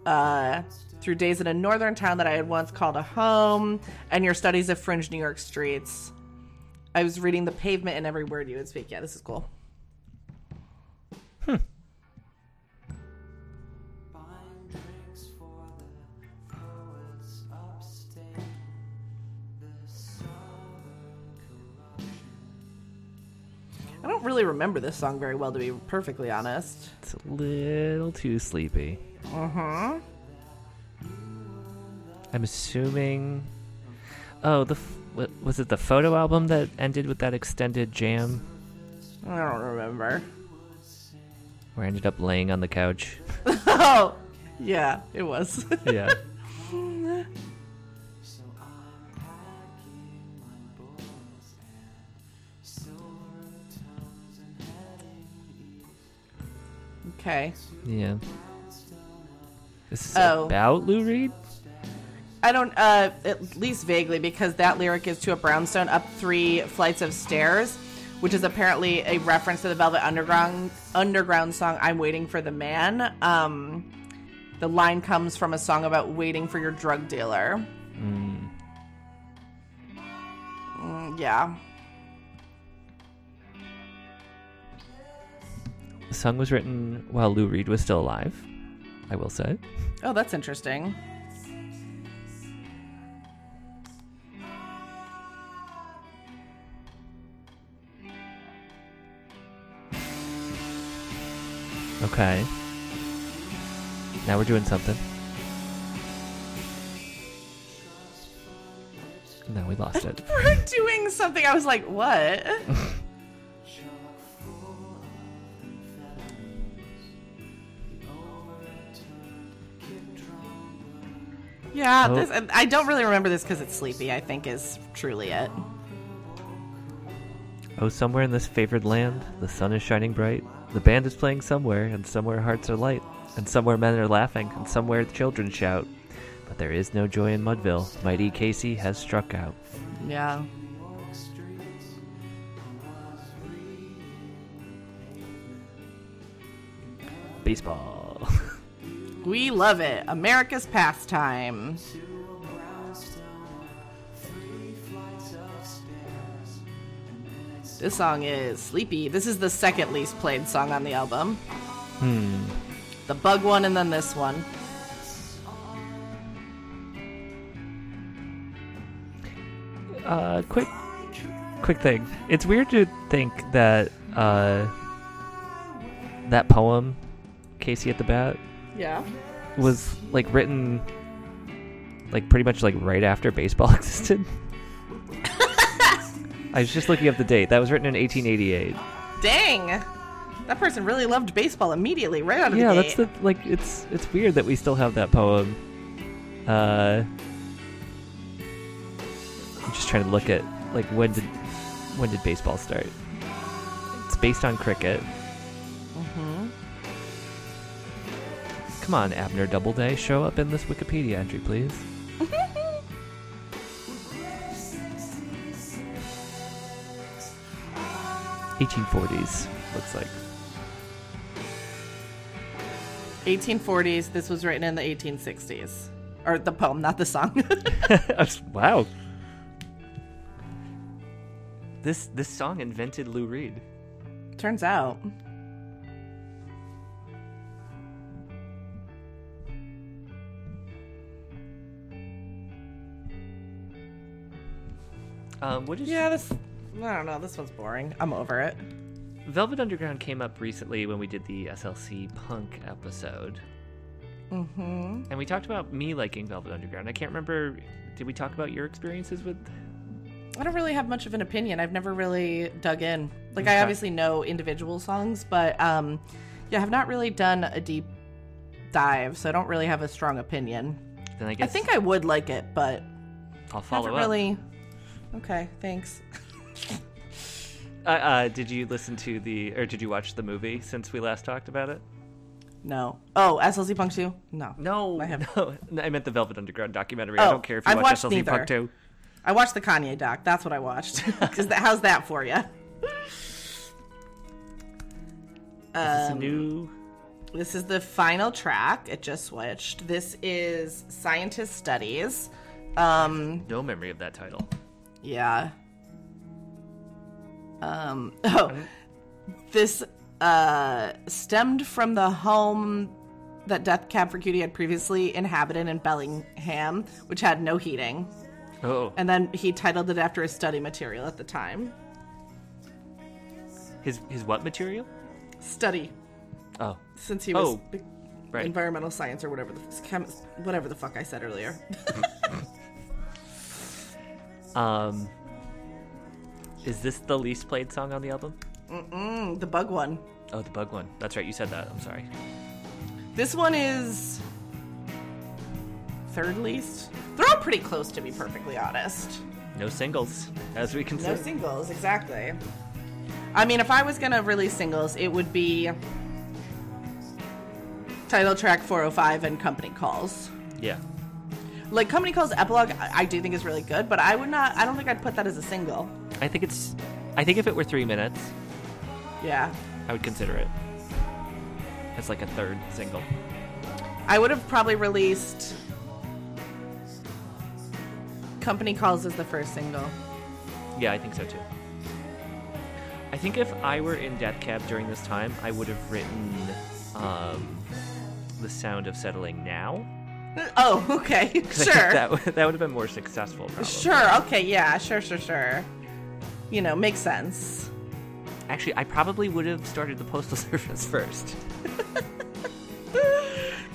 Uh, through days in a northern town that I had once called a home, and your studies of fringe New York streets. I was reading the pavement in every word you would speak. Yeah, this is cool. I don't really remember this song very well, to be perfectly honest.
It's a little too sleepy. Uh huh. I'm assuming. Oh, the f- what, was it the photo album that ended with that extended jam
I don't remember.
where I ended up laying on the couch?
Oh, yeah, it was.
yeah.
okay.
Yeah. This is
Oh.
about Lou Reed?
I don't, uh, at least vaguely, because that lyric is to a brownstone up three flights of stairs, which is apparently a reference to the Velvet Underground underground song "I'm Waiting for the Man." Um, the line comes from a song about waiting for your drug dealer. Mm, yeah.
The song was written while Lou Reed was still alive, I will say.
Oh, that's interesting.
Okay. Now we're doing something. No, we lost it.
We're doing something. I was like, what? yeah,
Oh.
this, and I don't really remember this because it's sleepy. I think is truly it.
Oh, somewhere in this favored land, the sun is shining bright. The band is playing somewhere, and somewhere hearts are light, and somewhere men are laughing, and somewhere children shout. But there is no joy in Mudville. Mighty Casey has struck out.
Yeah.
Baseball.
We love it. America's pastime. This song is Sleepy. This is the second least played song on the album. Hmm. The bug one and then this one.
uh, quick, quick thing. It's weird to think that uh, that poem, Casey at the Bat,
Yeah.
was like written like pretty much like right after baseball existed. I was just looking up the date. That was written in 1888.
Dang. That person really loved baseball immediately, right out of
yeah,
the
that's
gate.
the like. It's it's weird that we still have that poem. Uh, I'm just trying to look at like when did when did baseball start? It's based on cricket. Mm-hmm. Come on, Abner Doubleday, show up in this Wikipedia entry, please. Eighteen forties looks like.
1840s. This was written in the 1860s. Or the poem, not the song.
That's- wow. This this song invented Lou Reed.
Turns out.
Um, what is
Yeah, this. I don't know. This one's boring. I'm over it.
Velvet Underground came up recently when we did the SLC Punk episode. Mm-hmm. And we talked about me liking Velvet Underground. I can't remember. Did we talk about your experiences with?
I don't really have much of an opinion. I've never really dug in. Like,
Okay.
I obviously know individual songs, but um, yeah, I have not really done a deep dive, so I don't really have a strong opinion.
Then I
I
guess
think I would like it, but
will follow
haven't
up.
really. Okay, thanks.
Uh, uh, did you listen to the or did you watch the movie since we last talked about it?
No. Oh, SLC Punk 2? No.
No,
I haven't.
no, no, I meant the Velvet Underground documentary. I
Oh,
don't care if you
I've
watch
watched
SLC Punk
neither.
Two.
I watched the Kanye doc. That's what I watched. 'Cause that, how's that for you?
It's
Um,
a new.
This is the final track. It just switched. This is Scientist Studies. Um,
No memory of that title.
yeah. Um, oh, this uh, stemmed from the home that Death Cab for Cutie had previously inhabited in Bellingham, which had no heating.
Oh,
And then he titled it after his study material at the time.
his his what material?
Study,
Oh,
since he was
Oh,
be-
right.
environmental science or whatever the f- chem- whatever the fuck I said earlier.
Um, is this the least played song on the album?
Mm, the bug one.
Oh, the bug one. That's right. You said that. I'm sorry.
This one is third least. They're all pretty close, to be perfectly honest.
No singles, as we can
No
see.
singles, exactly. I mean, if I was gonna release singles, it would be title track 405 and company calls.
Yeah.
Like company calls epilogue, I I do think is really good, but I would not. I don't think I'd put that as a single.
I think it's. I think if it were three minutes,
Yeah,
I would consider it. It's like a third single.
I would have probably released company calls as the first single.
Yeah, I think so too. I think if I were in Death Cab during this time, I would have written um, The Sound of Settling Now.
Oh, okay,
'Cause
sure.
I think that, would- that would have been more successful, probably.
Sure. Okay. Yeah. Sure. Sure. Sure. You know, makes sense.
Actually, I probably would have started the Postal Service first.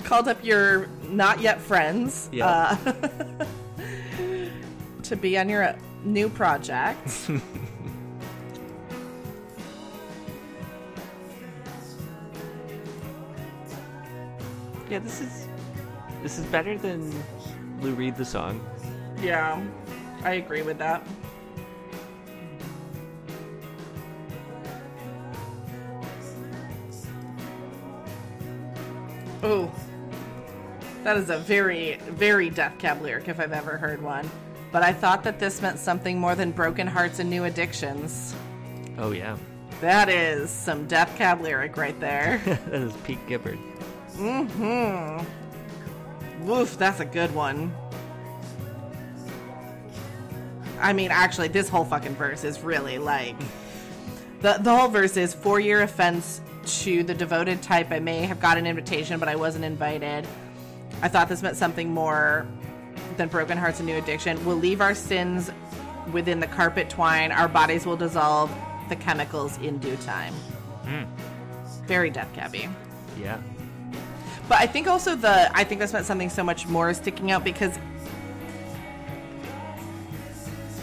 Called up your not yet friends
Yeah.
uh, to be on your uh, new project.
Yeah, this is this is better than Lou Reed the song.
yeah, I agree with that. Ooh, that is a very, very Death Cab lyric if I've ever heard one. But I thought that this meant something more than broken hearts and new addictions.
Oh yeah,
That is some Death Cab lyric right there.
that is Pete Gibbard.
Woof, that's a good one. I mean, actually, this whole fucking verse is really like the the whole verse is four year offense to the devoted type. I may have got an invitation, but I wasn't invited. I thought this meant something more than broken hearts and new addiction. We'll leave our sins within the carpet twine. Our bodies will dissolve the chemicals in due time. Very death cabby.
Yeah,
But I think also the I think this meant something so much more is sticking out because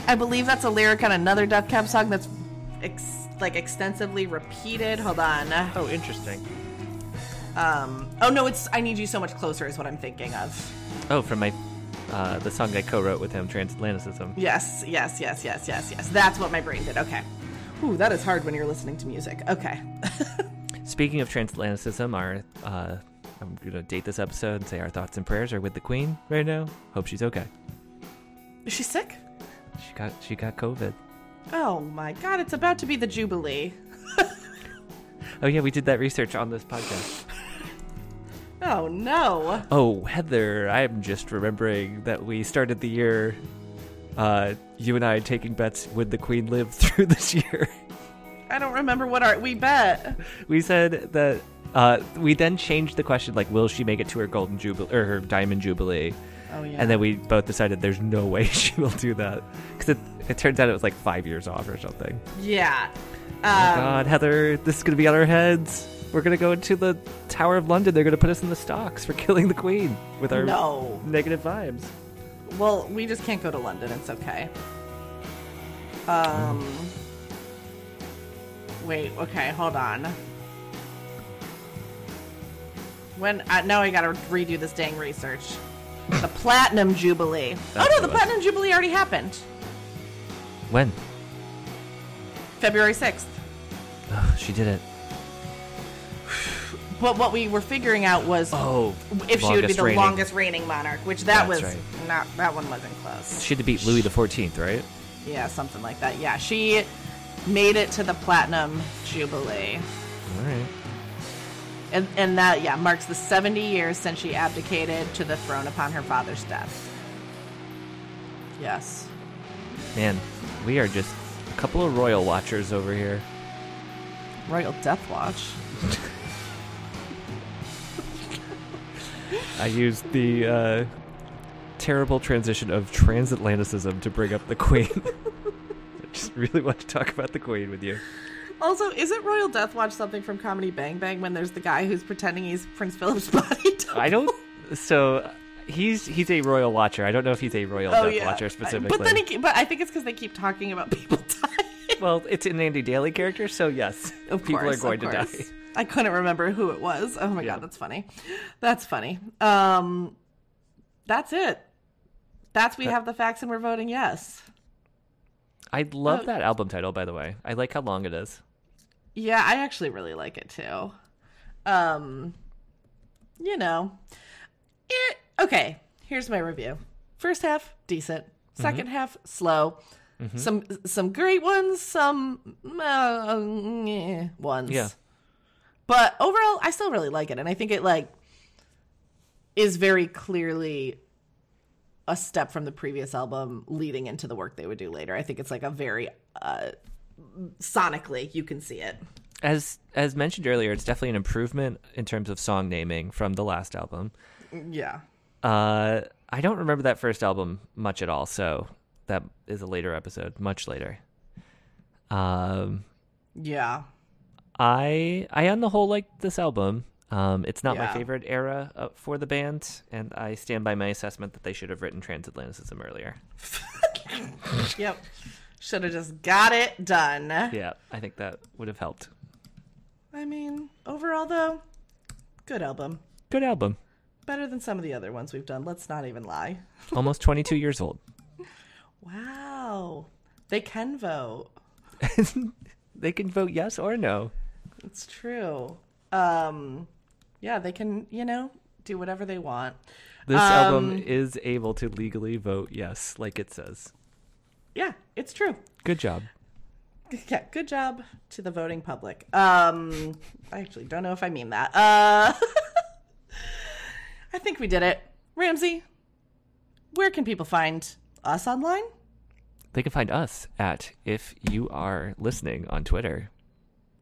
I believe that's a lyric on another Death Cab song that's ex- like extensively repeated. Hold on.
Oh, interesting.
Um, oh no, it's I need you so much closer is what I'm thinking of.
Oh, from my uh, the song I co-wrote with him, Transatlanticism.
Yes, yes, yes, yes, yes, yes. That's what my brain did. Okay. Ooh, that is hard when you're listening to music. Okay.
Speaking of Transatlanticism, our uh, I'm gonna date this episode and say our thoughts and prayers are with the Queen right now. Hope she's okay.
Is she sick?
She got she got COVID.
Oh my god, it's about to be the Jubilee.
Oh yeah, we did that research on this podcast.
Oh no.
Oh Heather, I'm just remembering that we started the year. Uh, you and I taking bets would the Queen live through this year.
I don't remember what our we bet.
We said that Uh, we then changed the question like, will she make it to her golden jubilee or her diamond jubilee?
Oh yeah.
And then we both decided there's no way she will do that because it, it turns out it was like five years off or something.
yeah. Uh, Um,
Oh God, Heather, this is gonna be on our heads. We're gonna go into the Tower of London. They're gonna put us in the stocks for killing the Queen with our
No.
negative vibes.
Well, we just can't go to London. It's okay. Um. Wait. Okay. Hold on. When uh, now I gotta redo this dang research. The platinum jubilee. oh
That's
no, the
what it was.
platinum jubilee already happened.
When?
February sixth.
Oh, she did it.
But what we were figuring out was
Oh,
if she would be
longest
the
reigning.
longest reigning monarch, which that
That's
was
right.
not. That one wasn't close.
She had to beat Louis the Fourteenth, right?
Yeah, something like that. Yeah, she made it to the platinum jubilee.
All right.
And, and that, yeah, marks the 70 years since she abdicated to the throne upon her father's death. Yes.
Man, we are just a couple of royal watchers over here.
Royal Death Watch.
I used the uh, terrible transition of transatlanticism to bring up the Queen. I just really want to talk about the Queen with you.
Also, isn't Royal Death Watch something from Comedy Bang Bang when there's the guy who's pretending he's Prince Philip's body?
I don't. So he's he's a royal watcher. I don't know if he's a royal
Oh,
death
yeah.
watcher specifically.
But then, he, ke- but I think it's because they keep talking about people dying.
well, it's an Andy Daly character, so yes,
Of
people
course,
are going
of
to die.
course. I couldn't remember who it was. Oh my
Yeah.
god, that's funny. That's funny. Um, that's it. That's we have the facts and we're voting yes.
I love
Oh.
that album title, by the way. I like how long it is.
Yeah, I actually really like it too. Um, you know, it, okay. Here's my review. First half decent.
Mm-hmm.
2nd half slow. Some some great ones. Some uh, meh ones.
Yeah.
But overall, I still really like it, and I think it like is very clearly a step from the previous album leading into the work they would do later. I think it's like a very uh sonically you can see it.
As as mentioned earlier, it's definitely an improvement in terms of song naming from the last album.
Yeah.
Uh, I don't remember that first album much at all, so that is a later episode, much later. Um,
Yeah.
I I on the whole like this album. Um, it's not my
Yeah.
favorite era uh, for the band, and I stand by my assessment that they should have written Transatlanticism earlier.
Yep. Should have just got it done.
Yeah, I think that would have helped.
I mean, overall though, good album.
Good album.
Better than some of the other ones we've done. Let's not even lie.
Almost 22 years old.
Wow. They can vote.
They can vote yes or no.
It's true. Um yeah, they can, you know, do whatever they want.
This
Um,
album is able to legally vote yes, like it says.
Yeah, it's true.
Good job.
Yeah, good job to the voting public. Um, I actually don't know if I mean that. Uh, I think we did it. Ramsey, where can people find us online?
They can find us at if you are listening on Twitter.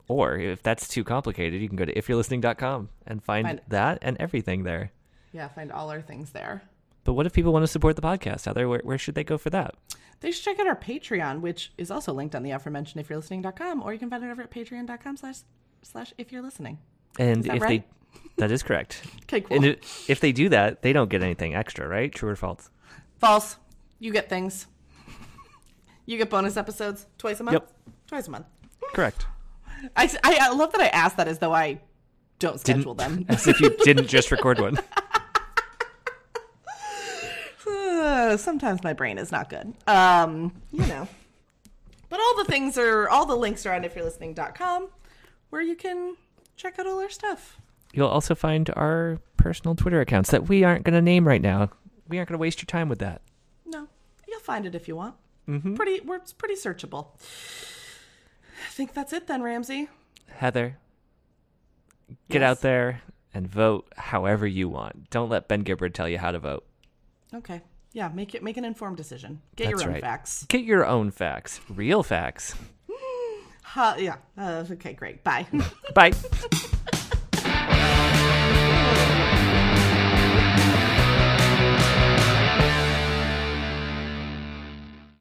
Or if that's too complicated, you can go to ifyou'relistening.com and find,
Find-
that and everything there.
Yeah, find all our things there.
But what if people want to support the podcast, Heather? Where, where should they go for that?
They should check out our Patreon, which is also linked on the aforementioned if you're listening.com, or you can find it over at patreon.com slash slash if you're listening.
And
that
if
right?
they, that is correct.
Okay, cool.
And it, if they do that, they don't get anything extra, right? True or false?
False. You get things. You get bonus episodes twice a month.
Yep.
Twice a month.
Correct.
I, I, I love that I asked that as though I don't schedule them.
As if you didn't just record one.
Uh, sometimes my brain is not good. Um, you know. But all the things are all the links are on if you're listening.com where you can check out all our stuff.
You'll also find our personal Twitter accounts that we aren't going to name right now. We aren't going to waste your time with that.
No. You'll find it if you want.
Mm-hmm.
Pretty we're it's pretty searchable. I think that's it then, Ramsey.
Heather, get
Yes.
out there and vote however you want. Don't let Ben Gibbard tell you how to vote.
Okay. Yeah, make it make an informed decision. Get
That's
your own
right.
facts.
Get your own facts, real facts.
Ha, yeah. Uh, okay, great. Bye.
Bye.